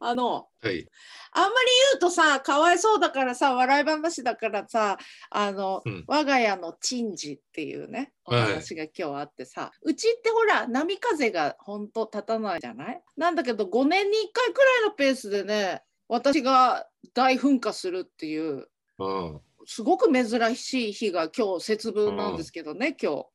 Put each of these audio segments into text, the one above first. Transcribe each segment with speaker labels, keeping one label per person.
Speaker 1: あの
Speaker 2: はい。
Speaker 1: あんまり言うとさかわいそうだからさ笑い話だからさあの、
Speaker 2: うん
Speaker 1: 我が家の珍事っていうねお
Speaker 2: はい
Speaker 1: 話が今日あってさ、うちってほら波風がほんと立たないじゃないなんだけど5年に1回くらいのペースでね私が大噴火するっていう
Speaker 2: うん。
Speaker 1: すごく珍しい日が今日節分なんですけどね、今日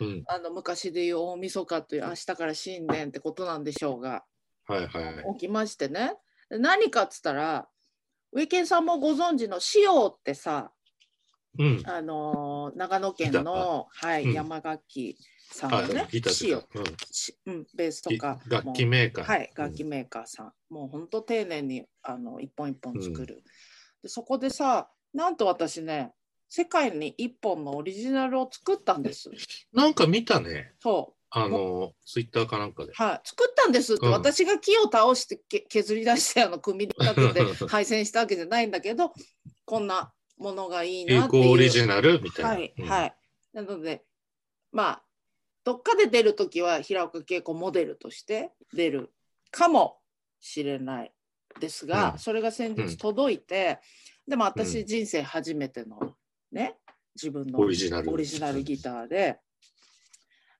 Speaker 2: うん。
Speaker 1: あの昔でいう大晦日という明日から新年ってことなんでしょうが。
Speaker 2: はいはい。
Speaker 1: 起きましてねで何かっつったらウィケンさんもご存知の塩ってさ、
Speaker 2: うん。
Speaker 1: あのー長野県の、はい
Speaker 2: うん
Speaker 1: 山楽器さんの
Speaker 2: あ、
Speaker 1: ね
Speaker 2: ギター
Speaker 1: 塩
Speaker 2: とか。うん
Speaker 1: しうん、ベースと
Speaker 2: ぎ
Speaker 1: か
Speaker 2: 楽器
Speaker 1: も
Speaker 2: メーカ
Speaker 1: う
Speaker 2: ー。
Speaker 1: はい、楽器
Speaker 2: うん
Speaker 1: メーカーさん、もうほんと丁寧にあの一本一本作る、でそこでさなんと私ね世界に一本のオリジナルを作ったん です
Speaker 2: なんか見たね。
Speaker 1: そう
Speaker 2: あの、ツイッターかなんかで。
Speaker 1: はい、作ったんですって、
Speaker 2: うん
Speaker 1: 私が木を倒してけ削り出してあの組み立て て配線したわけじゃないんだけどこんなものがいい
Speaker 2: 英
Speaker 1: なっていう。
Speaker 2: 語オリジナルみたいな。
Speaker 1: はい、
Speaker 2: うん
Speaker 1: はい。なのでまあどっかで出るときは平岡恵子モデルとして出るかもしれないですが、
Speaker 2: うん
Speaker 1: それが先
Speaker 2: う
Speaker 1: 日
Speaker 2: ん
Speaker 1: 届いて、でも
Speaker 2: う
Speaker 1: 私人生初めてのね自分の
Speaker 2: オリジナル
Speaker 1: オリジナルギターで、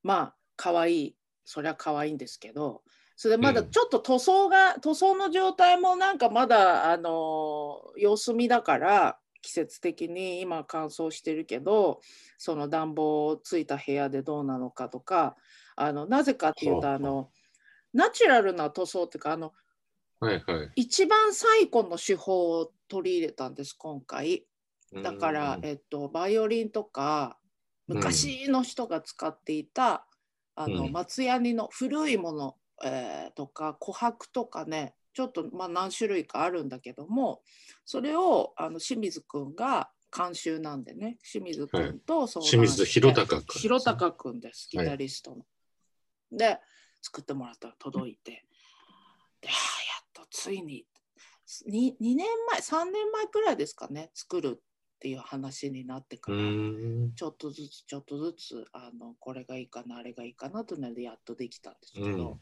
Speaker 1: まあ可愛いそりゃ可愛いんですけどそれでまだ
Speaker 2: うん
Speaker 1: ちょっと塗装が、塗装の状態もなんかまだあのー様子見だから季節的に今乾燥してるけどその暖房ついた部屋でどうなのかとかあのなぜかっていうと
Speaker 2: はあ
Speaker 1: あのナチュラルな塗装っていうかあの
Speaker 2: はいはい。
Speaker 1: 一番最古の手法を取り入れたんです今回。
Speaker 2: うん
Speaker 1: だから、えっと、バイオリンとか
Speaker 2: うん
Speaker 1: 昔の人が使っていた、あの
Speaker 2: うん
Speaker 1: 松ヤニの古いもの、えーとか琥珀とかねちょっと、まあ、何種類かあるんだけどもそれをあの清水くんが監修なんでね清水くんと相
Speaker 2: 清水宏
Speaker 1: 隆
Speaker 2: 隆君。
Speaker 1: 弘隆くんですギ
Speaker 2: はい
Speaker 1: タリストの。で作ってもらったら届いてであーやっとついに 2, 2年前3年前くらいですかね作るっていう話になってか
Speaker 2: う
Speaker 1: ら、
Speaker 2: ん。
Speaker 1: ちょっとずつちょっとずつあのこれがいいかなあれがいいかなというのでやっとできたんですけど、
Speaker 2: うん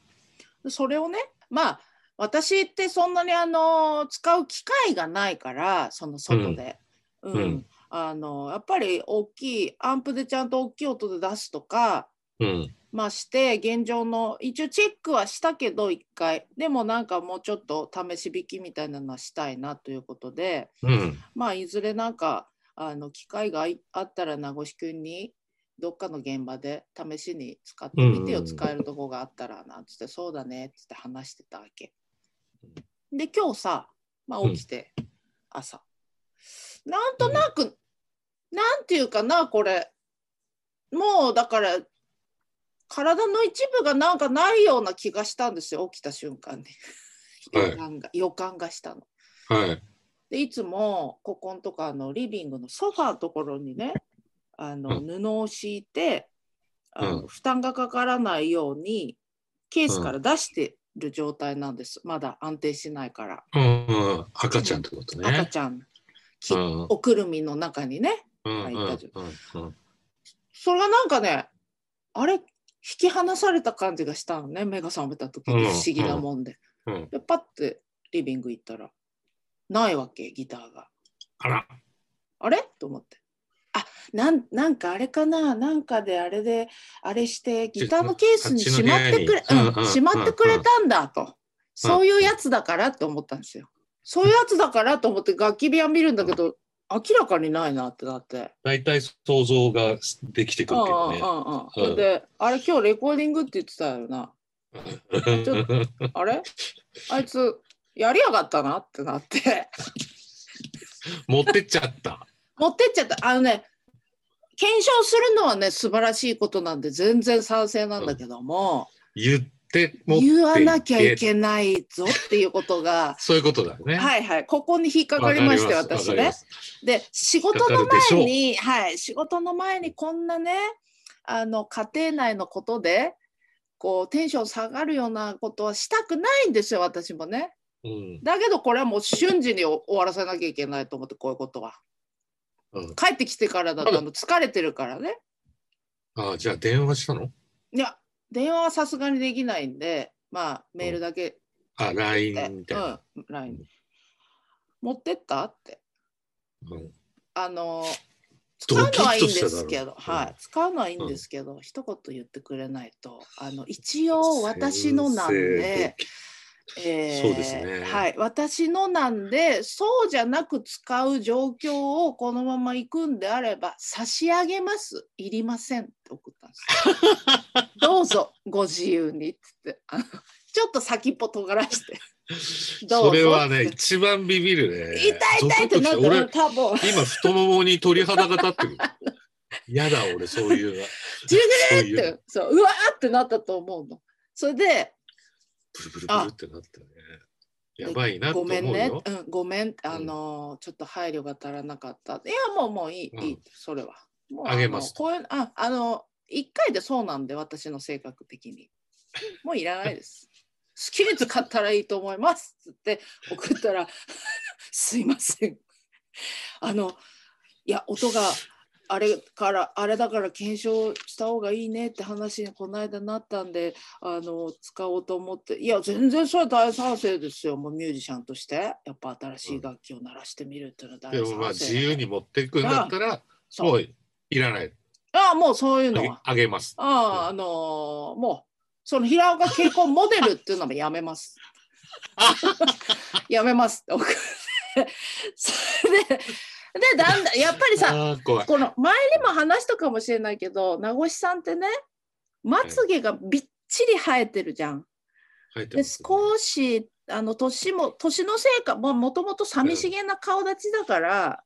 Speaker 1: でそれをねまあ私ってそんなにあの使う機会がないからその外で、うん
Speaker 2: うん
Speaker 1: あのやっぱり大きいアンプでちゃんと大きい音で出すとか
Speaker 2: うん。
Speaker 1: まあして現状の一応チェックはしたけど1回でもなんかもうちょっと試し弾きみたいなのはしたいなということで。
Speaker 2: うん。
Speaker 1: まあいずれなんかあの機会があいあったら名越くんにどっかの現場で試しに使ってみてよ、
Speaker 2: うんうん
Speaker 1: 使えるとこがあったらなんつってそうだねっつって話してたわけ。で今日さ、まあ、
Speaker 2: うん
Speaker 1: 起きて、朝なんとなく、なんていうかなこれもうだから体の一部がなんかないような気がしたんですよ起きた瞬間に
Speaker 2: はい
Speaker 1: 予感が、予感がしたの。
Speaker 2: はい。
Speaker 1: でいつもここんとかあのリビングのソファーところにねあの
Speaker 2: う
Speaker 1: 布を敷いてあの、
Speaker 2: うん
Speaker 1: 負担がかからないようにケースから出してる状態なんです、まだ安定しないから、
Speaker 2: うんうん。赤ちゃんってことね。
Speaker 1: 赤ちゃんき
Speaker 2: うん
Speaker 1: おくるみの中にね
Speaker 2: うんうん
Speaker 1: はい大丈
Speaker 2: うん
Speaker 1: それがなんかねあれ引き離された感じがしたのね目が覚めた時に不思議なもんで,、
Speaker 2: うんうん。
Speaker 1: でパッてリビング行ったらないわけギターが。
Speaker 2: あら。
Speaker 1: あれと思って。あなんなんかあれかななんかであれであれしてギターのケースにしまってくれ、
Speaker 2: あっちの部屋に
Speaker 1: うん
Speaker 2: うんうん
Speaker 1: しまってくれたんだとそういうやつだからって思ったんですよそういうやつだからと思って楽器部屋見るんだけど明らかにないなってなって
Speaker 2: 大体想像ができてく
Speaker 1: うん
Speaker 2: る
Speaker 1: う
Speaker 2: け
Speaker 1: ん
Speaker 2: ど
Speaker 1: う
Speaker 2: ね。
Speaker 1: んうんそれであれ今日レコーディングって言ってたよなちょっあ れあいつやりやがったなってなって
Speaker 2: 持ってっちゃった。
Speaker 1: 持ってっちゃったあのね検証するのはね素晴らしいことなんで全然賛成なんだけども、
Speaker 2: 言って持っていって
Speaker 1: 言わなきゃいけないぞっていうことが
Speaker 2: そういうことだね。い。
Speaker 1: はいはいここに引っかかりまして
Speaker 2: わかりす
Speaker 1: 私
Speaker 2: わか
Speaker 1: ね
Speaker 2: りま。す
Speaker 1: で仕事
Speaker 2: 引
Speaker 1: の
Speaker 2: っかかるでしょう
Speaker 1: 前にはい仕事の前にこんなねあの家庭内のことでこうテンション下がるようなことはしたくないんですよ私もね。
Speaker 2: うん。
Speaker 1: だけどこれはもう瞬時に終わらせなきゃいけないと思ってこういうことは。
Speaker 2: うん
Speaker 1: 帰ってきてからだとあの疲れてるからね。
Speaker 2: ああ、じゃあ電話したの
Speaker 1: いや電話はさすがにできないんでまあメールだけ
Speaker 2: あ、LINE みたいな。
Speaker 1: うん、LINE 持ってったって
Speaker 2: うん
Speaker 1: あの使
Speaker 2: ド
Speaker 1: う
Speaker 2: キ
Speaker 1: の
Speaker 2: ッとしただ
Speaker 1: はいいんで
Speaker 2: ろう
Speaker 1: すけど、は
Speaker 2: う
Speaker 1: い
Speaker 2: ん、
Speaker 1: 使うのはいいんですけど、一言言ってくれないとあの一応私のなんで、えー
Speaker 2: そうですね
Speaker 1: はい、私のなんでそうじゃなく使う状況をこのまま行くんであれば差し上げますいりませんって送ったんです どうぞご自由にっつってあのちょっと先っぽ尖らして
Speaker 2: 先
Speaker 1: どうぞ
Speaker 2: それはね、一番ビビるね。
Speaker 1: 痛い痛いってな
Speaker 2: ゾ
Speaker 1: っ
Speaker 2: クッとして
Speaker 1: 俺多
Speaker 2: た俺、
Speaker 1: 分
Speaker 2: 今太ももに鳥肌が立ってる。 やだ、俺、そういうの。
Speaker 1: ジュ
Speaker 2: そう
Speaker 1: グ
Speaker 2: い
Speaker 1: ル
Speaker 2: う
Speaker 1: ーっ
Speaker 2: の
Speaker 1: てそううわーってなったと思うのそれで
Speaker 2: ブルブルブルってなったね。やばいなと
Speaker 1: ご
Speaker 2: 思う
Speaker 1: め
Speaker 2: よ。
Speaker 1: んね、うん、ごめん、あのーちょっと配慮が足らなかった。いや、もう、もういい、
Speaker 2: うん
Speaker 1: いい、それは。もう
Speaker 2: あげます
Speaker 1: のこういうあ、あの、一回でそうなんで、私の性格的に。もういらない です。好きに使ったらいいと思います。つって送ったら、 すいません。あの、いや、音が。あれからあれだから検証した方がいいねって話にこの間なったんであの使おうと思っていや全然それは大賛成ですよもうミュージシャンとしてやっぱ新しい楽器を鳴らしてみるっていうのは大
Speaker 2: で
Speaker 1: 賛成
Speaker 2: もまあ、自由に持っていくんだったら、
Speaker 1: そう
Speaker 2: もういらない。
Speaker 1: ああもうそういう
Speaker 2: あ
Speaker 1: の
Speaker 2: げ
Speaker 1: は
Speaker 2: あげます。
Speaker 1: あああのーもうその平岡恵子モデルっていうのもやめます やめますって送ってそれででだんだんやっぱりさ
Speaker 2: あー怖い。
Speaker 1: この前にも話したかもしれないけど名越さんってねまつげがびっちり生えてるじゃん。
Speaker 2: 入って
Speaker 1: で
Speaker 2: ます
Speaker 1: 少しあの年も年のせいかももともと寂しげな顔立ちだから、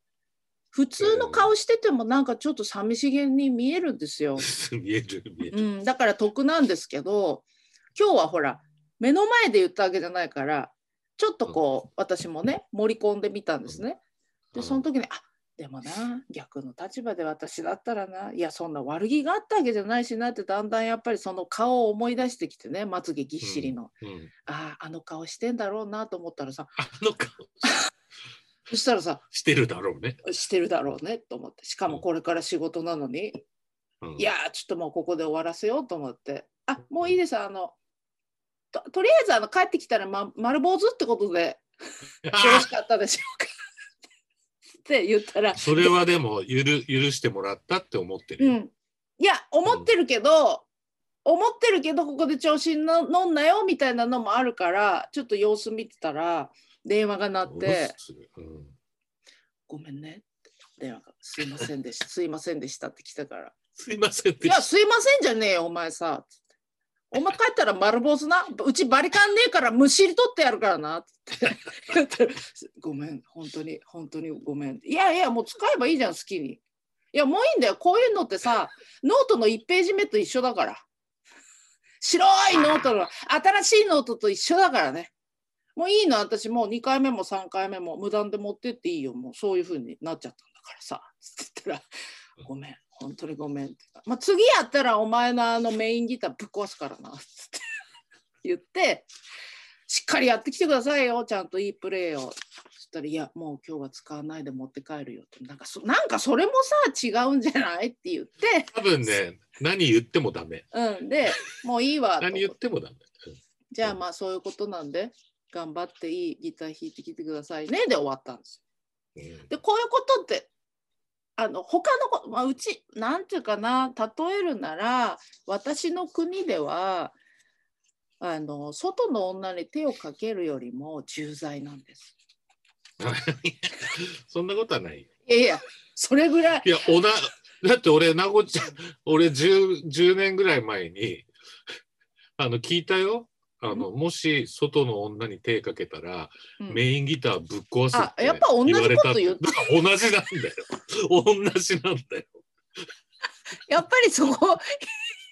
Speaker 1: 普通の顔しててもなんかちょっと寂しげに見えるんですよ。
Speaker 2: 見える、見え
Speaker 1: う
Speaker 2: る。
Speaker 1: ん、だから得なんですけど今日はほら目の前で言ったわけじゃないからちょっとこう私もね盛り込んでみたんですね。でその時に「あでもな逆の立場で私だったらないやそんな悪気があったわけじゃないしな」ってだんだんやっぱりその顔を思い出してきてねまつげぎっしりの、
Speaker 2: うん
Speaker 1: あああの顔してんだろうなと思ったらさ
Speaker 2: あの顔
Speaker 1: そしたらさ
Speaker 2: してるだろうね。
Speaker 1: してるだろうねと思ってしかもこれから仕事なのに、
Speaker 2: うん
Speaker 1: いやーちょっともうここで終わらせようと思ってあもういいですあのととりあえずあの帰ってきたら、ま、丸坊主ってことで
Speaker 2: あ
Speaker 1: よろ
Speaker 2: ー
Speaker 1: しかったでしょうか って言ったら
Speaker 2: それはでもゆる許してもらったって思ってる
Speaker 1: う
Speaker 2: よ、
Speaker 1: ん、いや思ってるけど、思ってるけどここで調子にの乗んなよみたいなのもあるからちょっと様子見てたら電話が鳴って
Speaker 2: するうん
Speaker 1: 「ごめんね」って電話が「すいませんでしたすいませんでした」って来たから「
Speaker 2: すいません
Speaker 1: い
Speaker 2: で
Speaker 1: や
Speaker 2: し
Speaker 1: すいませんじゃねえよお前さ」つってお前帰ったら丸坊主なうちバリカンねえからむしり取ってやるからな」って言って「ごめん本当に本当にごめん」いやいやもう使えばいいじゃん好きに。いやもういいんだよこういうのってさノートの1ページ目と一緒だから白いノートの新しいノートと一緒だからねもういいの私もう2回目も3回目も無断で持ってっていいよもうそういう風になっちゃったんだからさって言ったら「ごめん本当にごめん」って言った、まあ、次やったらお前のあのメインギターぶっ壊すからな」 つって言ってしっかりやってきてくださいよちゃんといいプレーを。そしたら「いやもう今日は使わないで持って帰るよ」ってなんかそなんかそれもさ違うんじゃないって言って、
Speaker 2: 多分ね何言ってもダメ
Speaker 1: うん、でもういいわと思っ
Speaker 2: 何
Speaker 1: て
Speaker 2: 言ってもダメ
Speaker 1: じゃあまあそういうことなんで頑張っていいギター弾いてきてくださいねで終わったんです
Speaker 2: うん
Speaker 1: よ。でこういうことってあの他のこ、まあ、うちなんていうかな例えるなら私の国ではあの外の女に手をかけるよりも重罪なんです。
Speaker 2: そんなことはないよ
Speaker 1: いやいやそれぐらい
Speaker 2: いやおなだって俺なごちゃん 俺 10, 10年ぐらい前に あの聞いたよあのもし外の女に手かけたら、
Speaker 1: うん
Speaker 2: メインギターぶっ壊すっ
Speaker 1: あ
Speaker 2: て
Speaker 1: やっぱ同じこと言った
Speaker 2: 言われたってだから同じなんだよ同じなんだよ
Speaker 1: やっぱりそこ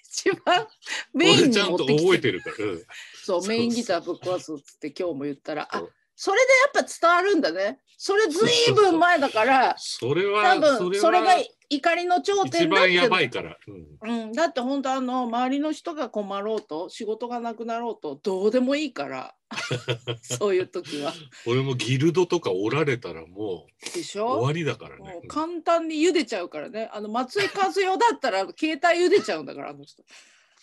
Speaker 1: 一番メイン
Speaker 2: 俺
Speaker 1: に
Speaker 2: ちゃん
Speaker 1: 持っ
Speaker 2: と
Speaker 1: てき
Speaker 2: 覚
Speaker 1: て
Speaker 2: えてるから、うん
Speaker 1: そう
Speaker 2: そう
Speaker 1: メインギターぶっ壊すっつって今日も言ったらあ
Speaker 2: そう
Speaker 1: それでやっぱ伝わるんだねそれずいぶん前だから
Speaker 2: それは
Speaker 1: 多分それが怒りの頂
Speaker 2: 一
Speaker 1: 点だっ
Speaker 2: 番や
Speaker 1: て
Speaker 2: ばいから、うん
Speaker 1: うん、だって本当あの周りの人が困ろうと仕事がなくなろうとどうでもいいから そういう時は
Speaker 2: 俺もギルドとかおられたらも
Speaker 1: でし
Speaker 2: う
Speaker 1: ょ
Speaker 2: 終わりだからね
Speaker 1: もう簡単に茹でちゃうからねあの松井和代だったら携帯茹でちゃうんだからあの人だ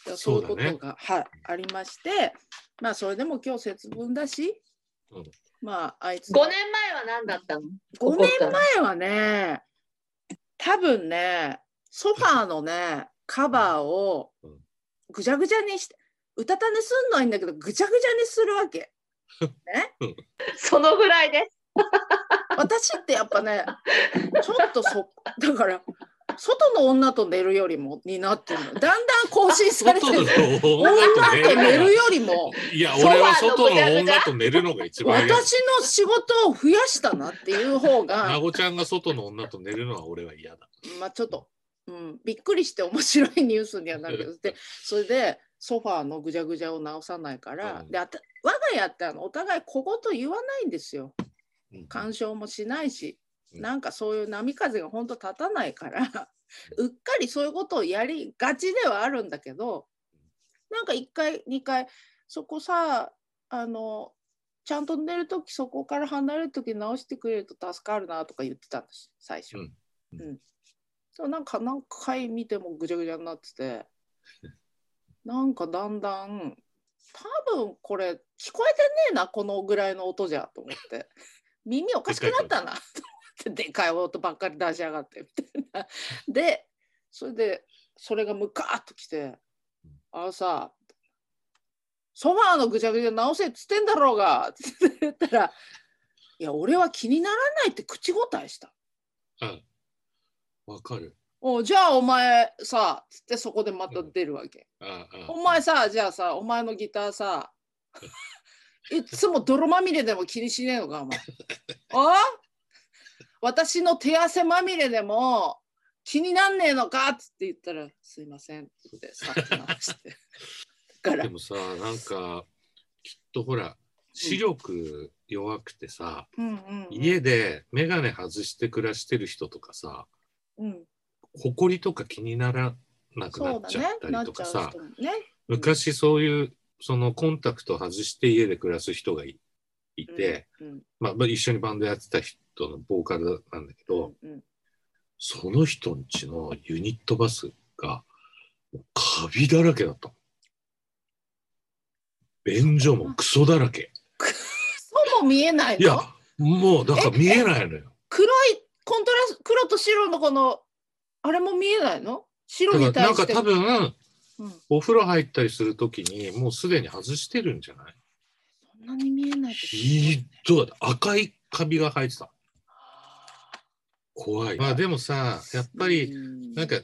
Speaker 1: からそういうこ
Speaker 2: そうだ
Speaker 1: と
Speaker 2: ね
Speaker 1: が、はい、ありましてまあそれでも今日節分だし、
Speaker 2: うん
Speaker 1: まああいつ
Speaker 3: 5年前は何だったの
Speaker 1: 5
Speaker 3: 怒った
Speaker 1: 年
Speaker 3: の
Speaker 1: 前はね多分ねソファーのねカバーを
Speaker 2: うん
Speaker 1: ぐちゃぐちゃにしてうたた寝すんのはいいんだけどぐちゃぐちゃにするわけ。
Speaker 3: そのぐらいです。
Speaker 1: 私ってやっぱねちょっとそだから外の女と寝るよりもになってるのだんだん更新されて
Speaker 2: 外の
Speaker 1: る女
Speaker 2: 女
Speaker 1: と寝
Speaker 2: と寝
Speaker 1: る
Speaker 2: る
Speaker 1: よりも
Speaker 2: いや、
Speaker 3: ソファー
Speaker 2: 俺
Speaker 3: の
Speaker 2: は外の
Speaker 3: ぐちゃ
Speaker 2: 女
Speaker 3: ぐち
Speaker 2: と寝るのが一番嫌だ。
Speaker 1: 私の仕事を増やしたなっていう方が
Speaker 2: なごちゃんが外の女と寝るのは俺は嫌だ。
Speaker 1: まあちょっと、うん、びっくりして面白いニュースにはなるけど でそれでソファーのぐじゃぐじゃを直さないから、
Speaker 2: うん
Speaker 1: であた我が家ってあのお互い小言言わないんですよ
Speaker 2: うん
Speaker 1: 干渉もしないし、
Speaker 2: うん
Speaker 1: なんかそういう波風が本当立たないからうっかりそういうことをやりがちではあるんだけどなんか1回2回そこさあのちゃんと寝る時そこから離れる時直してくれると助かるなとか言ってたんです最初。
Speaker 2: うんうん
Speaker 1: そうなんか何回見てもぐちゃぐちゃになっててなんかだんだん多分これ聞こえてねえなこのぐらいの音じゃと思って耳おかしくなったなと思ってでかい音ばっかり出しやがってみたいな。でそれでそれがムカーッときて「あのさソファーのぐちゃぐちゃ直せっつってんだろうが」 って言ったら「いや俺は気にならない」って口答えした。
Speaker 2: わかる。
Speaker 1: おじゃあお前さつってそこでまた出るわけ、
Speaker 2: ああ
Speaker 1: お前さじゃあさお前のギターさ いつも泥まみれでも気にしねえのかお 前あ私の手汗まみれでも気になんねえのかっつって言ったら「すいません」って言ってさっと直してだから
Speaker 2: でもさ、なんか、きっとほら、視力弱くてさ、
Speaker 1: うんうんうん
Speaker 2: 家で眼鏡外して暮らしてる人とかさ、
Speaker 1: うん
Speaker 2: 埃とか気にならなくな
Speaker 1: そう
Speaker 2: っ
Speaker 1: だ
Speaker 2: ちゃ
Speaker 1: ね
Speaker 2: った
Speaker 1: な
Speaker 2: り
Speaker 1: っ
Speaker 2: と
Speaker 1: ちゃ
Speaker 2: か
Speaker 1: う
Speaker 2: さ、
Speaker 1: 人もね
Speaker 2: 昔そういう、そのコンタクト外して家で暮らす人がいいて、
Speaker 1: うん
Speaker 2: まあまあ、一緒にバンドやってた人のボーカルなんだけ
Speaker 1: う
Speaker 2: ど、
Speaker 1: んうん
Speaker 2: その人んちのユニットバスが、もうカビだらけだったの。便所もクソだらけ。
Speaker 1: そうも見えない
Speaker 2: い
Speaker 1: の
Speaker 2: や、もうだから見えないのよ。
Speaker 1: 黒いコントラス黒と白のこのあれも見えないの白
Speaker 2: だ
Speaker 1: に
Speaker 2: から
Speaker 1: 対
Speaker 2: なんか
Speaker 1: して
Speaker 2: 多分、
Speaker 1: うん、
Speaker 2: お風呂入ったりするときに、もうすでに外してるんじゃない
Speaker 1: そんなに見えないってすごい
Speaker 2: ひどい。赤いカビが生えてた。怖い。まあでもさ、やっぱり、
Speaker 1: うん
Speaker 2: なんか、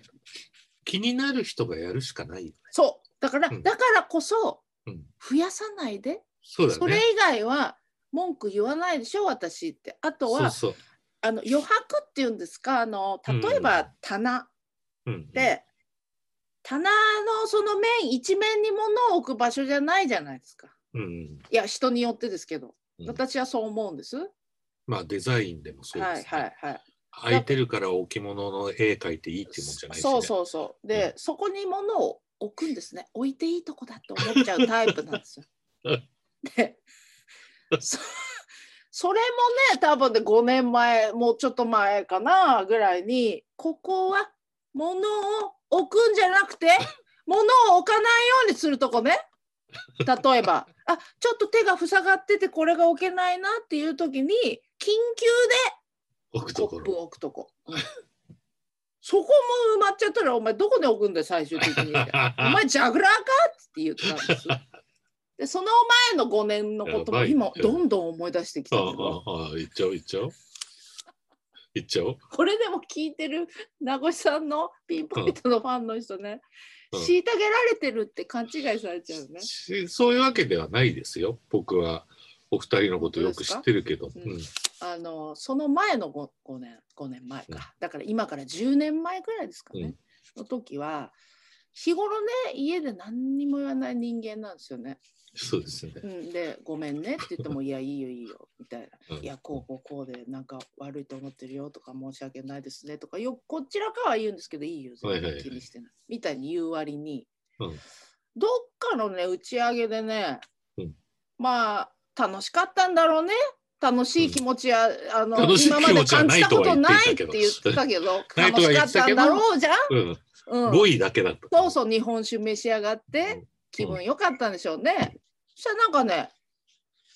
Speaker 2: 気になる人がやるしかないよね。
Speaker 1: そうだから、
Speaker 2: うん
Speaker 1: だからこそ
Speaker 2: うん
Speaker 1: 増やさないで、
Speaker 2: そうだ
Speaker 1: そ
Speaker 2: よ
Speaker 1: れ
Speaker 2: ね。
Speaker 1: 以外は文句言わないでしょ私ってあと
Speaker 2: そう
Speaker 1: は
Speaker 2: そう。
Speaker 1: あの余白っていうんですかあの例え
Speaker 2: うん
Speaker 1: ば棚っ
Speaker 2: うん、
Speaker 1: て、棚のその面一面に物を置く場所じゃないじゃないですか
Speaker 2: うん。
Speaker 1: いや人によってですけど、
Speaker 2: うん
Speaker 1: 私はそう思うんです
Speaker 2: まあデザインでもそうです、
Speaker 1: は
Speaker 2: ね
Speaker 1: いはいはい
Speaker 2: 空いてるから置物の絵描いていいっていうもんじゃないし、ね、
Speaker 1: そうそうそうで、そこに物を置くんですね置いていいとこだと思っちゃうタイプなんですよ
Speaker 2: うん。
Speaker 1: でそそれもね多分で5年前もうちょっと前かなぐらいにここは物を置くんじゃな くて物を置かないようにするとこね例えばあちょっと手が塞がっててこれが置けないなっていう時に緊急で
Speaker 2: 置くと
Speaker 1: コ
Speaker 2: こ
Speaker 1: ップ
Speaker 2: ろ
Speaker 1: を置くとこ。そこも埋まっちゃったら、お前どこで置くんだよ、最終的 に。お前ジャグラーかって言ったんですよ。で、その前の5年のこと
Speaker 2: や
Speaker 1: も
Speaker 2: ばい
Speaker 1: 今、どんどん思い出してきた
Speaker 2: あ
Speaker 1: けど、
Speaker 2: あああ行っちゃおう行っちゃおう行っちゃおう
Speaker 1: これでも聞いてる名越さんのピンポイントのファンの人ね、
Speaker 2: うん
Speaker 1: 虐げられてるって勘違いされちゃうね。
Speaker 2: しそういうわけではないですよ僕はお二人のことよく知ってるけど、う
Speaker 1: 本当
Speaker 2: ん
Speaker 1: であの、その前の 5, 5年、5年前か。だから今から10年前ぐらいですかね。の時は、日頃ね、家で何にも言わない人間なんですよね。
Speaker 2: そうですね
Speaker 1: うん、で「ごめんね」って言っても「いやいいよいいよ」みたいな
Speaker 2: う
Speaker 1: 「
Speaker 2: ん
Speaker 1: いやこうこうこうでなんか悪いと思ってるよ」とか「申し訳ないですね」とかよこちらからは言うんですけど「いいよ
Speaker 2: はいは
Speaker 1: 全
Speaker 2: いはい
Speaker 1: 然気にしてない」みたいに言う割に、
Speaker 2: うん
Speaker 1: どっかのね打ち上げでね、
Speaker 2: うん
Speaker 1: まあ楽しかったんだろうね楽しい気持ちや、あの
Speaker 2: 楽しい
Speaker 1: 今まで
Speaker 2: 気持ちは
Speaker 1: 感
Speaker 2: な
Speaker 1: じ
Speaker 2: い
Speaker 1: た
Speaker 2: と
Speaker 1: こ
Speaker 2: は言
Speaker 1: と
Speaker 2: って
Speaker 1: ないい
Speaker 2: た
Speaker 1: って
Speaker 2: けど
Speaker 1: 言ってたけど
Speaker 2: ない
Speaker 1: 楽し
Speaker 2: とは言
Speaker 1: か
Speaker 2: っ
Speaker 1: って
Speaker 2: た
Speaker 1: た
Speaker 2: け
Speaker 1: ん
Speaker 2: ど
Speaker 1: だろうじゃん、
Speaker 2: うん、
Speaker 1: うん、
Speaker 2: 5位だけだった
Speaker 1: そうそう日本酒召し上がって気分良かったんでしょうね。そしたらなんかね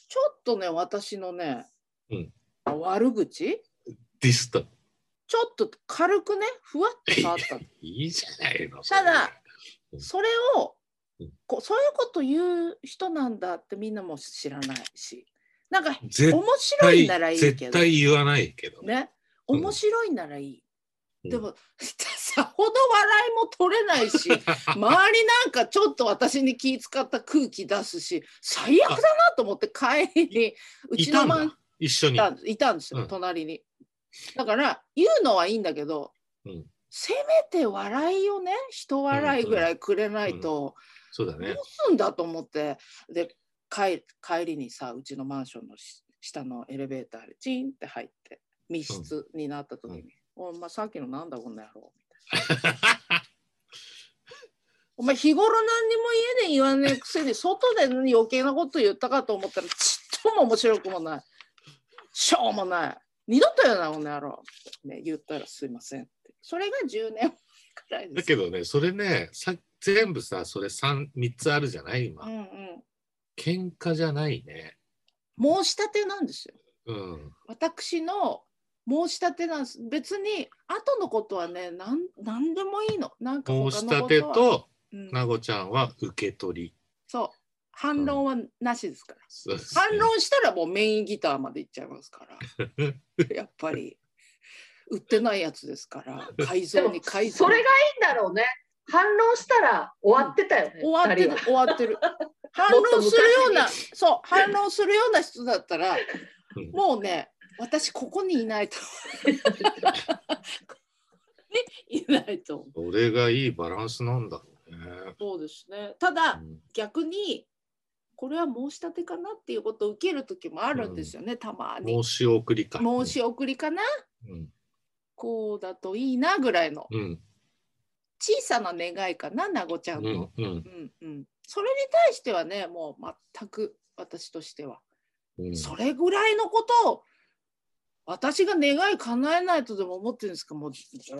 Speaker 1: ちょっとね私のね、
Speaker 2: うん
Speaker 1: 悪口
Speaker 2: ディスった。
Speaker 1: ちょっと軽くねふわっと触っ たの
Speaker 2: いいじゃないの。
Speaker 1: ただ
Speaker 2: うん
Speaker 1: それを
Speaker 2: うん
Speaker 1: こうそういうこと言う人なんだってみんなも知らないしなんか
Speaker 2: それ、
Speaker 1: 面
Speaker 2: 絶
Speaker 1: 白いならい
Speaker 2: 対、
Speaker 1: いけ
Speaker 2: 絶
Speaker 1: ど
Speaker 2: 対言わないけどね。
Speaker 1: ね
Speaker 2: うん
Speaker 1: 面白いならいい、
Speaker 2: うん
Speaker 1: でも さほど笑いも取れない し周りなんかちょっと私に気使った空気出すし最悪だなと思って帰りにう
Speaker 2: い
Speaker 1: ち
Speaker 2: た
Speaker 1: の
Speaker 2: ん
Speaker 1: マン
Speaker 2: だ。一緒
Speaker 1: い
Speaker 2: に。
Speaker 1: たんいたんですよ、
Speaker 2: うん
Speaker 1: 隣に。だから言うのはいいんだけど、
Speaker 2: うん
Speaker 1: せめて笑いをね人笑いぐらいくれないと、
Speaker 2: そうだ
Speaker 1: ど
Speaker 2: ね
Speaker 1: う。すんだと思ってで帰帰りにさうちのマンションのし下のエレベーターでチンって入って密室になった時に「お前さっきのなんだこの野 郎」みたいな。お前日頃何にも家で言わねえくせに外で余計なこと言ったかと思ったらちっとも面白くもないしょうもない二度とやなこの野郎、ね、言ったらすいませんってそれが10年くらいで
Speaker 2: だ
Speaker 1: す
Speaker 2: けどね、それね、さ全部さ、それ三三つあるじゃない
Speaker 1: うん
Speaker 2: 今。
Speaker 1: うん
Speaker 2: 喧嘩じゃないね。
Speaker 1: 申し立てなんですよ
Speaker 2: うん。
Speaker 1: 私の申し立てなんです別に後のことはねなん何でもいいのなんか他の
Speaker 2: 申
Speaker 1: こ
Speaker 2: し
Speaker 1: とは
Speaker 2: 立て、と、
Speaker 1: うん
Speaker 2: なごちゃんは受け取り。
Speaker 1: そう反論はなしですから、
Speaker 2: そうですね
Speaker 1: 反論したらもうメインギターまでいっちゃいます から。やっぱり売ってないやつですから改造に改造
Speaker 3: それがいいんだろうね。反論したら終わってたよね。
Speaker 1: 終わって
Speaker 3: 二人
Speaker 1: る
Speaker 3: は
Speaker 1: 終わってる反
Speaker 3: もっと
Speaker 1: 論
Speaker 3: 昔に
Speaker 1: するようなそう反論するような人だったら
Speaker 2: うん
Speaker 1: もうね私ここにいないと いないと思う
Speaker 2: それがいいバランスなんだろうね。
Speaker 1: そうですねた
Speaker 2: う
Speaker 1: だ
Speaker 2: ん
Speaker 1: 逆にこれは申し立てかなっていうことを受ける時もあるんですよね、たまに
Speaker 2: 申し送りか。
Speaker 1: 申し送りかな
Speaker 2: うん。
Speaker 1: こうだといいなぐらいの
Speaker 2: うん。
Speaker 1: 小さな願いかな、なごちゃん
Speaker 2: う
Speaker 1: の
Speaker 2: ん。。うん
Speaker 1: うん、うん、それに対してはね、もう全く私としては、
Speaker 2: うん。
Speaker 1: それぐらいのことを私が願い叶えないとでも思ってるんですか、もう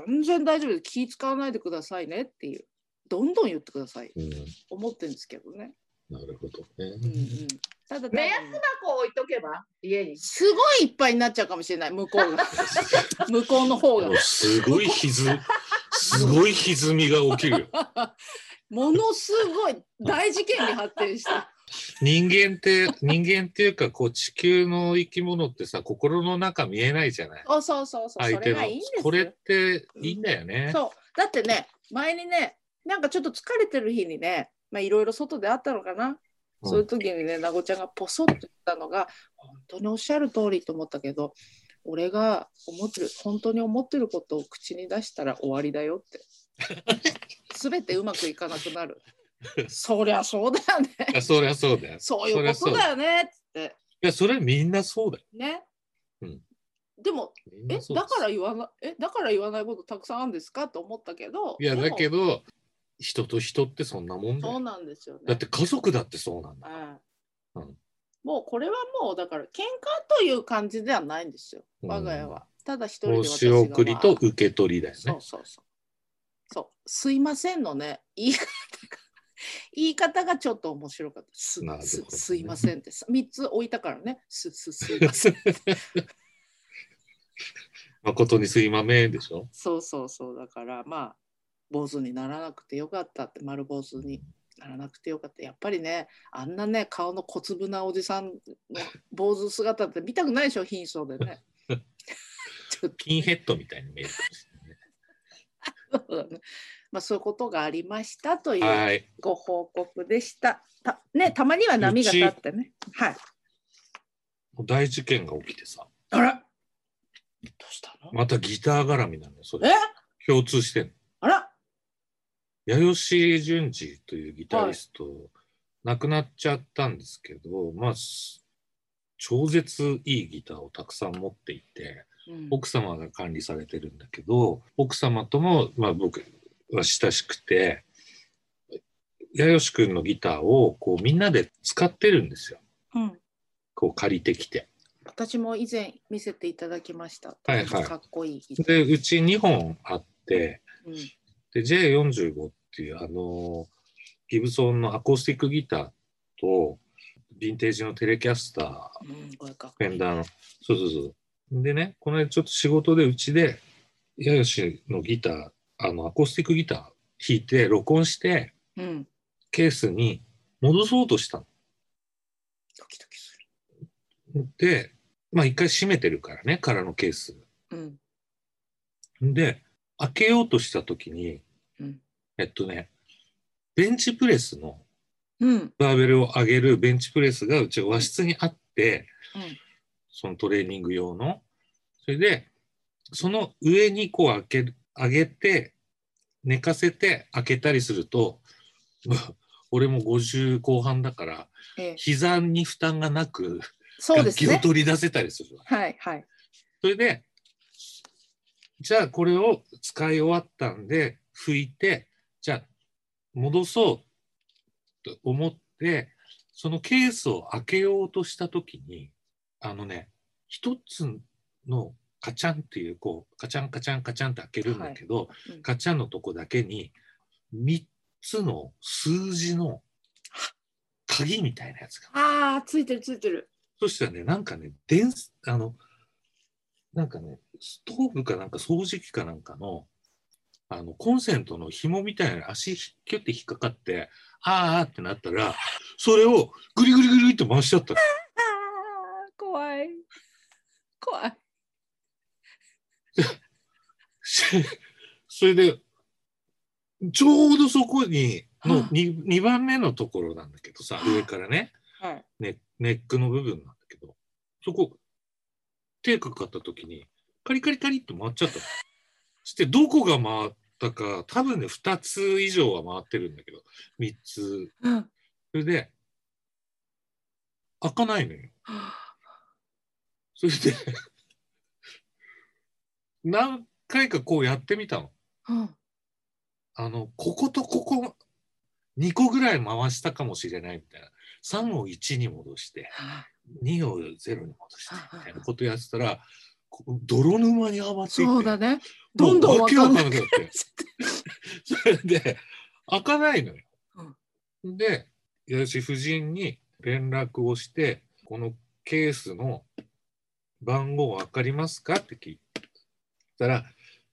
Speaker 1: 全然大丈夫です。気使わないでくださいねっていう、どんどん言ってください。
Speaker 2: うん
Speaker 1: 思ってるんですけどね。
Speaker 2: なるほどね。
Speaker 1: うんうん。ただ、
Speaker 3: 目安
Speaker 1: 多分
Speaker 3: 箱置いとけば家に。
Speaker 1: すごいいっぱいになっちゃうかもしれない、向こ うが。向こうの方が
Speaker 2: もう。すごい歪、すごい歪みが起きるよ。
Speaker 1: ものすごい大事件に発展した。
Speaker 2: 人間って、人間っていうか、こう地球の生き物ってさ、心の中見えないじゃない。
Speaker 1: そうそうそうそう、そ
Speaker 2: 相
Speaker 1: れ
Speaker 2: 手の
Speaker 1: がいいんですよ。
Speaker 2: これっていいんだよね。
Speaker 1: そうだってね前にねなんかちょっと疲れてる日にねまあいろいろ外であったのかな、
Speaker 2: うん
Speaker 1: そういう時にねなごちゃんがポソッと言ったのが本当におっしゃる通りと思ったけど俺が思ってる本当に思ってることを口に出したら終わりだよって 全てうまくいかなくなるそりゃそうだよね
Speaker 2: あそりゃそうだよ。
Speaker 1: そういうこと
Speaker 2: そりゃそうだ
Speaker 1: だよねっつって
Speaker 2: いや、それはみんなそうだよ。
Speaker 1: ね、
Speaker 2: うん
Speaker 1: でも
Speaker 2: みん
Speaker 1: え
Speaker 2: なそう
Speaker 1: だ
Speaker 2: です
Speaker 1: から言わなえだから言わないことたくさんあるんですかと思ったけど
Speaker 2: いや、
Speaker 1: で
Speaker 2: だ
Speaker 1: も
Speaker 2: けど、人と人ってそんなもんだ
Speaker 1: そう
Speaker 2: よ。
Speaker 1: なんですよね。
Speaker 2: だって家族だってそうなんだ。
Speaker 1: うん
Speaker 2: うん
Speaker 1: もうこれはもうだから喧嘩という感じではないんですよ、
Speaker 2: うん
Speaker 1: 我が家は。ただ一人で
Speaker 2: 申
Speaker 1: 私
Speaker 2: し
Speaker 1: が
Speaker 2: 送りと
Speaker 1: わ
Speaker 2: 受け取りだよ
Speaker 1: そ
Speaker 2: ね
Speaker 1: う。そうそう。そう、すいませんのね、言い方が 言い方がちょっと面白かった。す
Speaker 2: なるほど
Speaker 1: す
Speaker 2: ね
Speaker 1: すいませんって3つ置いたからね、すすすいません。
Speaker 2: 誠にすいまめんでしょ。
Speaker 1: そうそうそうだからまあ坊主にならなくてよかったって丸坊主にならなくてよかったやっぱりねあんなね顔の小粒なおじさんの坊主姿って見たくないでしょ貧相でね。ちょっ
Speaker 2: ピンヘッドみたいに見えるかもし
Speaker 1: と、ね、まあそういうことがありました とい
Speaker 2: れな
Speaker 1: う
Speaker 2: い。はい。
Speaker 1: ご報告でした。たねたまには波が立ってね。はい。
Speaker 2: 大事件が起きてさ、
Speaker 1: あらどうしたの、
Speaker 2: またギター絡みなのよ。それ
Speaker 1: え
Speaker 2: 共通してんの。
Speaker 1: あら
Speaker 2: 弥吉淳二というギタリスト、亡くなっちゃったんですけど、まあ、す超絶いいギターをたくさん持っていて、
Speaker 1: うん
Speaker 2: 奥様が管理されてるんだけど、奥様とも、まあ、僕は親しくて、弥吉くんのギターをこうみんなで使ってるんですよ。
Speaker 1: うん
Speaker 2: こう借りてきて。
Speaker 1: 私も以前見せていただきました。
Speaker 2: はいはい
Speaker 1: かっこいい。
Speaker 2: で、うち2本あって、
Speaker 1: うん
Speaker 2: で、J45 っていう、あのーギブソンのアコースティックギターと、ヴィンテージのテレキャスター、
Speaker 1: うん、これかっこ
Speaker 2: フ
Speaker 1: い
Speaker 2: ェン
Speaker 1: い。
Speaker 2: ダーの。そうそうそう。でね、この間ちょっと仕事でうちで、やよしのギター、あの、アコースティックギター弾いて、録音して、
Speaker 1: うん。
Speaker 2: ケースに戻そうとした
Speaker 1: ドキドキす
Speaker 2: の。で、まあ一回閉めてるからね、空のケース。
Speaker 1: る。うん。
Speaker 2: で、開けようとした時に、
Speaker 1: うん
Speaker 2: えっとね、ベンチプレスの
Speaker 1: うん。
Speaker 2: バーベルを上げるベンチプレスがうち和室にあって、
Speaker 1: うん
Speaker 2: そのトレーニング用の。それで、その上にこう開ける、上げて、寝かせて開けたりすると、 俺も50後半だから、
Speaker 1: ええ、
Speaker 2: 膝に負担がなく、
Speaker 1: そうで
Speaker 2: 楽
Speaker 1: す
Speaker 2: 器を
Speaker 1: ね。
Speaker 2: 取り出せたりする。
Speaker 1: はいはい。
Speaker 2: それで、じゃあこれを使い終わったんで、拭いて、じゃあ戻そうと思って、そのケースを開けようとしたときに、あのね、一つのカチャンっていう、こう、カチャンカチャンカチャンって開けるんだけど、
Speaker 1: うん
Speaker 2: カチャンのとこだけに、3つの数字の鍵みたいなやつが
Speaker 1: ああ、ついてるついてる。
Speaker 2: そしたらね、なんかね、電子あの、なんかね、ストーブかなんか掃除機かなんかの、あの、コンセントの紐みたいな足ひ、キュッて引っかかって、あーあーってなったら、それをぐりぐりぐりって回しちゃったの。
Speaker 1: ああ、怖い。怖い。
Speaker 2: それで、ちょうどそこに、の
Speaker 1: はあ
Speaker 2: 2, 番目のところなんだけどさ、上からね、
Speaker 1: はい。
Speaker 2: ネネックの部分なんだけど、そこ、手かかった時に、カリカリカリって回っちゃったの。して、どこが回ったか、多分ね、2つ以上は回ってるんだけど、3つ。
Speaker 1: うん
Speaker 2: それで、開かないのよ。それで、 何回かこうやってみたの。
Speaker 1: うん
Speaker 2: あの、こことここ、2個ぐらい回したかもしれないみたいな。3を1に戻して、2を0に戻してみたいなことやってたら、こう泥沼にはまっていって、
Speaker 1: そうだね。
Speaker 2: も
Speaker 1: どんどん
Speaker 2: わ
Speaker 1: わ
Speaker 2: けわ
Speaker 1: か
Speaker 2: か
Speaker 1: んな
Speaker 2: んな
Speaker 1: く
Speaker 2: く
Speaker 1: なっ
Speaker 2: なって。
Speaker 1: ち
Speaker 2: それで、開かないのよ。で、吉夫人に連絡をして、このケースの番号わかりますかって聞いたら、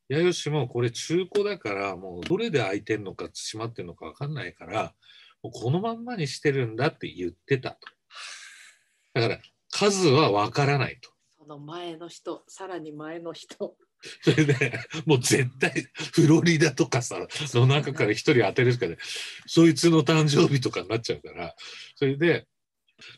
Speaker 2: 弥吉もこれ中古だから、もうどれで開いてんのか閉まってんのかわかんないから、もうこのまんまにしてるんだって言ってたと。だから、数はわからないと。
Speaker 1: その前の人、さらに前の人。
Speaker 2: それで、もう絶対、フロリダとかさ、の中から一人当てるしかない。そいつの誕生日とかになっちゃうから。それで、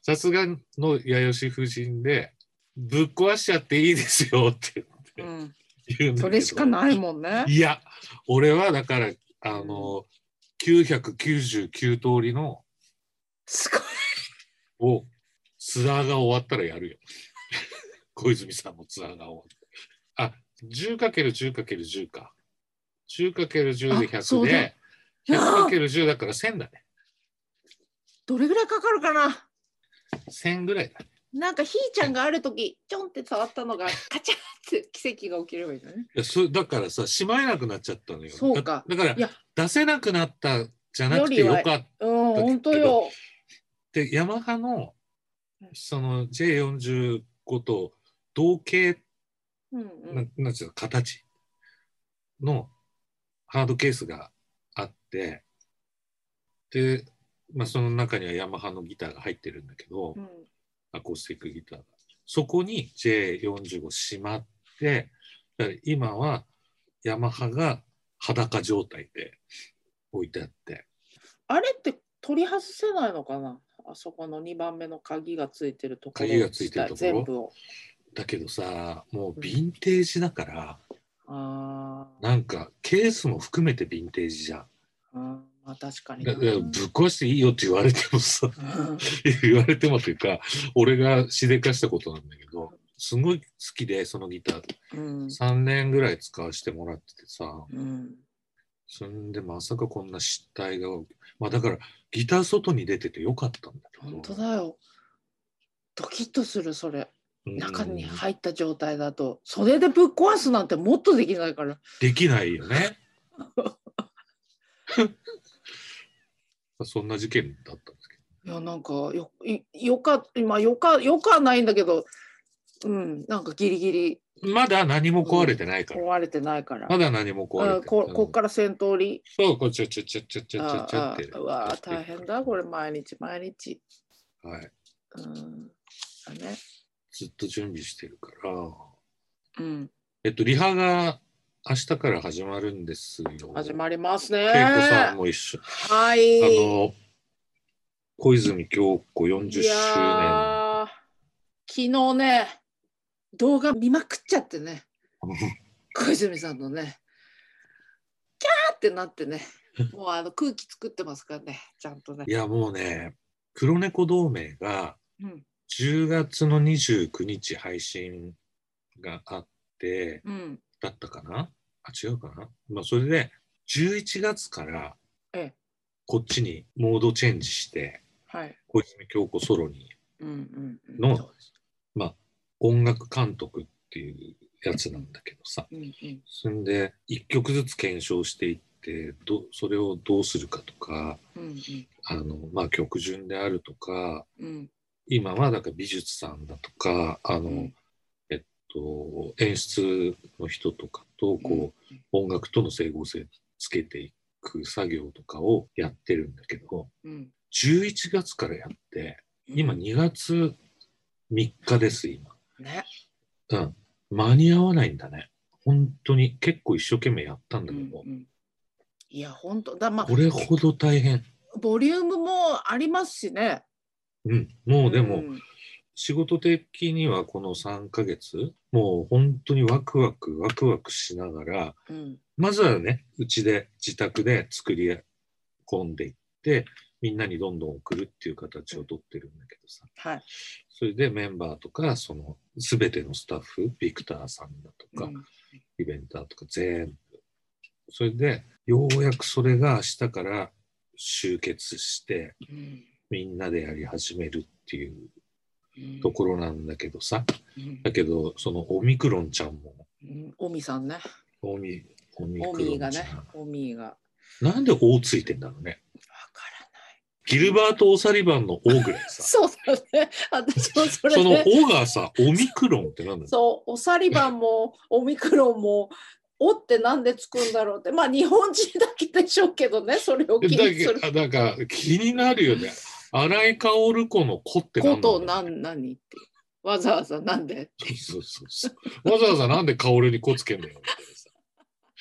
Speaker 2: さすがの弥吉夫人で、ぶっ壊しちゃっていいですよって
Speaker 1: うん。
Speaker 2: 言うんだけど
Speaker 1: それしかないもんね。
Speaker 2: いや、俺はだから、あの、999通りの
Speaker 1: すごい。
Speaker 2: を、ツアーが終わったらやるよ。 小泉さんのツアーが終わった。あ、10×10×10 か。10×10 で
Speaker 1: あそ
Speaker 2: 100
Speaker 1: うだ
Speaker 2: で、100×10 だから1000だね。
Speaker 1: どれぐらいかかるかな
Speaker 2: 1000ぐらいだね。
Speaker 1: なんかひーちゃんがある時ちょんって触ったのがカチャンって奇跡が起きればいいのね。
Speaker 2: いやそだからさ、しまえなくなっちゃったのよ。
Speaker 1: そうか
Speaker 2: だだ
Speaker 1: い
Speaker 2: か
Speaker 1: や
Speaker 2: ら、出せなくなったじゃなくてよ
Speaker 1: よ
Speaker 2: か
Speaker 1: りは
Speaker 2: った。
Speaker 1: うん、
Speaker 2: だけど
Speaker 1: 本当よ。
Speaker 2: でヤマハの
Speaker 1: うん
Speaker 2: その J45 と同型、
Speaker 1: うんう。
Speaker 2: なんなんていうの形のハードケースがあってで、まあ、その中にはヤマハのギターが入ってるんだけど、
Speaker 1: うん
Speaker 2: アコースティックギターがそこに J45 しまってだから今はヤマハが裸状態で置いてあって
Speaker 1: あれって取り外せないのかなあそこの2番目の鍵がついてるところ
Speaker 2: 鍵がついてるところ
Speaker 1: 全部を。
Speaker 2: だけどさもうヴィンテージだから。
Speaker 1: あー
Speaker 2: なんかケースも含めてヴィンテージじゃん。
Speaker 1: うん、まあ確かにな。
Speaker 2: だ
Speaker 1: う
Speaker 2: だからぶっ
Speaker 1: ん
Speaker 2: 壊していいよって言われてもさ言われてもというか俺がしでかしたことなんだけどすごい好きでそのギター
Speaker 1: うん
Speaker 2: 3年ぐらい使わせてもらっててさ
Speaker 1: うん
Speaker 2: そんでまさかこんな失態がまあだからギター外に出ててよかったんだけど
Speaker 1: 本当だよ。ドキッとするそれ
Speaker 2: うん
Speaker 1: 中に入った状態だとそれでぶっ壊すなんてもっとできないから
Speaker 2: できない よねそんな事件だったんですけど
Speaker 1: いやなんかよいよかまあよかよかはないんだけど、うんなんかギリギリ
Speaker 2: まだ何も壊れてないから。
Speaker 1: 壊れてないから。
Speaker 2: まだ何も壊れてな
Speaker 1: う
Speaker 2: い
Speaker 1: ん、。ここっから先頭り。
Speaker 2: うんそう、こっちょちょちょちょちょちょちょ
Speaker 1: あ
Speaker 2: って。
Speaker 1: あうわあ大変だこれ毎日毎日。
Speaker 2: はい。
Speaker 1: うん。だね。
Speaker 2: ずっと準備してるから。
Speaker 1: うん。
Speaker 2: えっと、リハが明日から始まるんですよ。
Speaker 1: 始まります
Speaker 2: 恵子さん
Speaker 1: ね。
Speaker 2: も一緒。
Speaker 1: は
Speaker 2: あ
Speaker 1: い。
Speaker 2: の、小泉京子40周
Speaker 1: い
Speaker 2: 年。
Speaker 1: やー昨日ね動画見まくっちゃって ね小泉さんのねキャーってなってねもうあの空気作ってますからねちゃんとね
Speaker 2: い。や、もうね、黒猫同盟が
Speaker 1: うん
Speaker 2: 10月の29日配信があって、
Speaker 1: うん
Speaker 2: だったかなあ、違うかなまあ、それで、11月から
Speaker 1: ええ、
Speaker 2: こっちにモードチェンジして、
Speaker 1: はい。
Speaker 2: 小泉京子ソロに
Speaker 1: うんうんうん。
Speaker 2: の
Speaker 1: そうです
Speaker 2: 音楽監督っていうやつなんだけどさ。
Speaker 1: うんうん
Speaker 2: そんで、一曲ずつ検証していって、どそれをどうするかとか、
Speaker 1: うん
Speaker 2: あの、まあ、曲順であるとか、
Speaker 1: うんうん
Speaker 2: 今はだから美術さんだとか、あの、
Speaker 1: うん
Speaker 2: えっと、演出の人とかと、こう、音楽との整合性つけていく作業とかをやってるんだけど、
Speaker 1: うん。
Speaker 2: 11月からやって、今
Speaker 1: ね。
Speaker 2: 2月3日です、今。うん。間に合わないんだね。本当に結構一生懸命やったん
Speaker 1: う
Speaker 2: だ
Speaker 1: ん
Speaker 2: け
Speaker 1: う
Speaker 2: ど、
Speaker 1: んいや本当だまあ
Speaker 2: これほど大変。
Speaker 1: ボリュームもありますしね。
Speaker 2: うん、もうでも
Speaker 1: ん
Speaker 2: 仕事的にはこの3ヶ月もう本当にワクワクワクワクしながら
Speaker 1: うん
Speaker 2: まずはねうちで自宅で作り込んでいってみんなにどんどん送るっていう形をとってるんだけどさ
Speaker 1: はい。
Speaker 2: それでメンバーとかその全てのスタッフビクターさんだとか、
Speaker 1: うん
Speaker 2: イベンターとか全部それでようやくそれが明日から集結して
Speaker 1: うん
Speaker 2: みんなでやり始めるっていう
Speaker 1: うん
Speaker 2: ところなんだけどさ、
Speaker 1: うん
Speaker 2: だけどそのオミクロンちゃんも
Speaker 1: うんオミさんね。
Speaker 2: オミオミ
Speaker 1: オ
Speaker 2: クロ
Speaker 1: ミ
Speaker 2: ン
Speaker 1: が
Speaker 2: ちゃ
Speaker 1: ね
Speaker 2: ん、。
Speaker 1: オミが。わ
Speaker 2: なんで「O」ついてんだろうね
Speaker 1: からない。
Speaker 2: ギルバート・オサリバンの「O」ぐらい さ
Speaker 1: そうだね。私もそれ
Speaker 2: その
Speaker 1: ね
Speaker 2: 「O」がさオミクロンってなんだろ
Speaker 1: そう、オサリバンもオミクロンも、おってなんでつくんだろうって、まあ日本人だけでしょうけどね、それを
Speaker 2: う
Speaker 1: 気にす
Speaker 2: だ
Speaker 1: る
Speaker 2: けどなんか気になるよね荒井薫子の「子」って
Speaker 1: こ
Speaker 2: んだろ
Speaker 1: と
Speaker 2: うね
Speaker 1: なん何っていう。わざわざなんで
Speaker 2: そうそうそうわざわざなんで薫に「子」つけんだよみたいなさ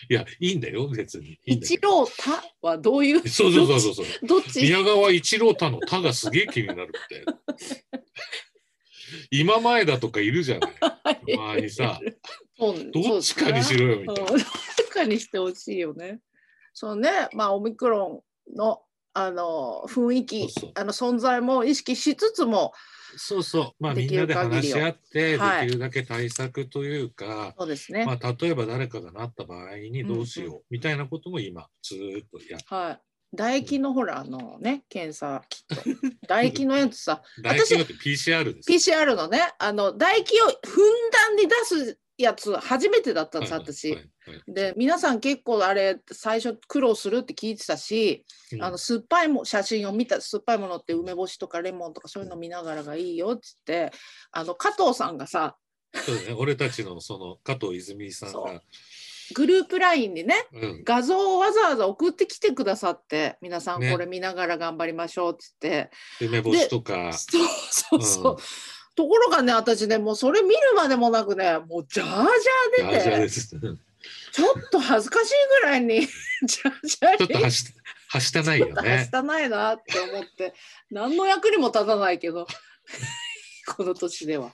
Speaker 2: いやいいんだよ別にいいんだけ
Speaker 1: 一
Speaker 2: ど
Speaker 1: 郎たはどういう
Speaker 2: そうそうそうそうそう
Speaker 1: どっち
Speaker 2: 宮川一郎太の「太」がすげえ気になる みたいな今前だとかいるじゃないたま にさ
Speaker 1: うん
Speaker 2: どっちかにしろよみ
Speaker 1: う
Speaker 2: た
Speaker 1: ん
Speaker 2: いな
Speaker 1: ど。っちかにしてほしいよね。そうね、まあオミクロンのあの雰囲気
Speaker 2: そうそう
Speaker 1: あの存在も意識しつつも
Speaker 2: そうそう。まあ
Speaker 1: で
Speaker 2: み
Speaker 1: き
Speaker 2: んな
Speaker 1: る
Speaker 2: で
Speaker 1: 限りを
Speaker 2: 話し合って、で
Speaker 1: はい
Speaker 2: きるだけ対策というか、
Speaker 1: そうですね、
Speaker 2: まあ例えば誰かがなった場合にどうし
Speaker 1: うん
Speaker 2: ようみたいなことも今ずーっとやっ
Speaker 1: はい唾液のほらあのね検査キッ ト唾液のやつさ
Speaker 2: 大企業って PCR です。
Speaker 1: PCR のねあの唾液をふんだんに出すやつ初めてだったん
Speaker 2: は
Speaker 1: で
Speaker 2: い
Speaker 1: す、
Speaker 2: は
Speaker 1: 私。
Speaker 2: いはいはい
Speaker 1: で皆さん結構あれ最初苦労するって聞いてたし、
Speaker 2: うん
Speaker 1: あの酸っぱいも写真を見た酸っぱいものって梅干しとかレモンとかそういうの見ながらがいいよっつってあの加藤さんがさ
Speaker 2: そうだね俺たちのその加藤泉さん
Speaker 1: そ
Speaker 2: が
Speaker 1: う、グループ LINE にね
Speaker 2: うん、
Speaker 1: 画像をわざわざ送ってきてくださって皆さん
Speaker 2: ね
Speaker 1: これ見ながら頑張りましょうっつって、
Speaker 2: 梅干しとか、
Speaker 1: そうそうそう、
Speaker 2: うん
Speaker 1: ところがね私ねもうそれ見るまでもなくねもうジャージャー
Speaker 2: あ
Speaker 1: 出
Speaker 2: じゃあ
Speaker 1: て
Speaker 2: ですね
Speaker 1: ちょっと恥ずかしいぐらいに ジャー
Speaker 2: ち
Speaker 1: ジ
Speaker 2: ょ
Speaker 1: ャ
Speaker 2: っ
Speaker 1: ー
Speaker 2: と
Speaker 1: に
Speaker 2: はし、はしたないよね。
Speaker 1: 明日ないな って思って何の役にも立たないけどこの年では。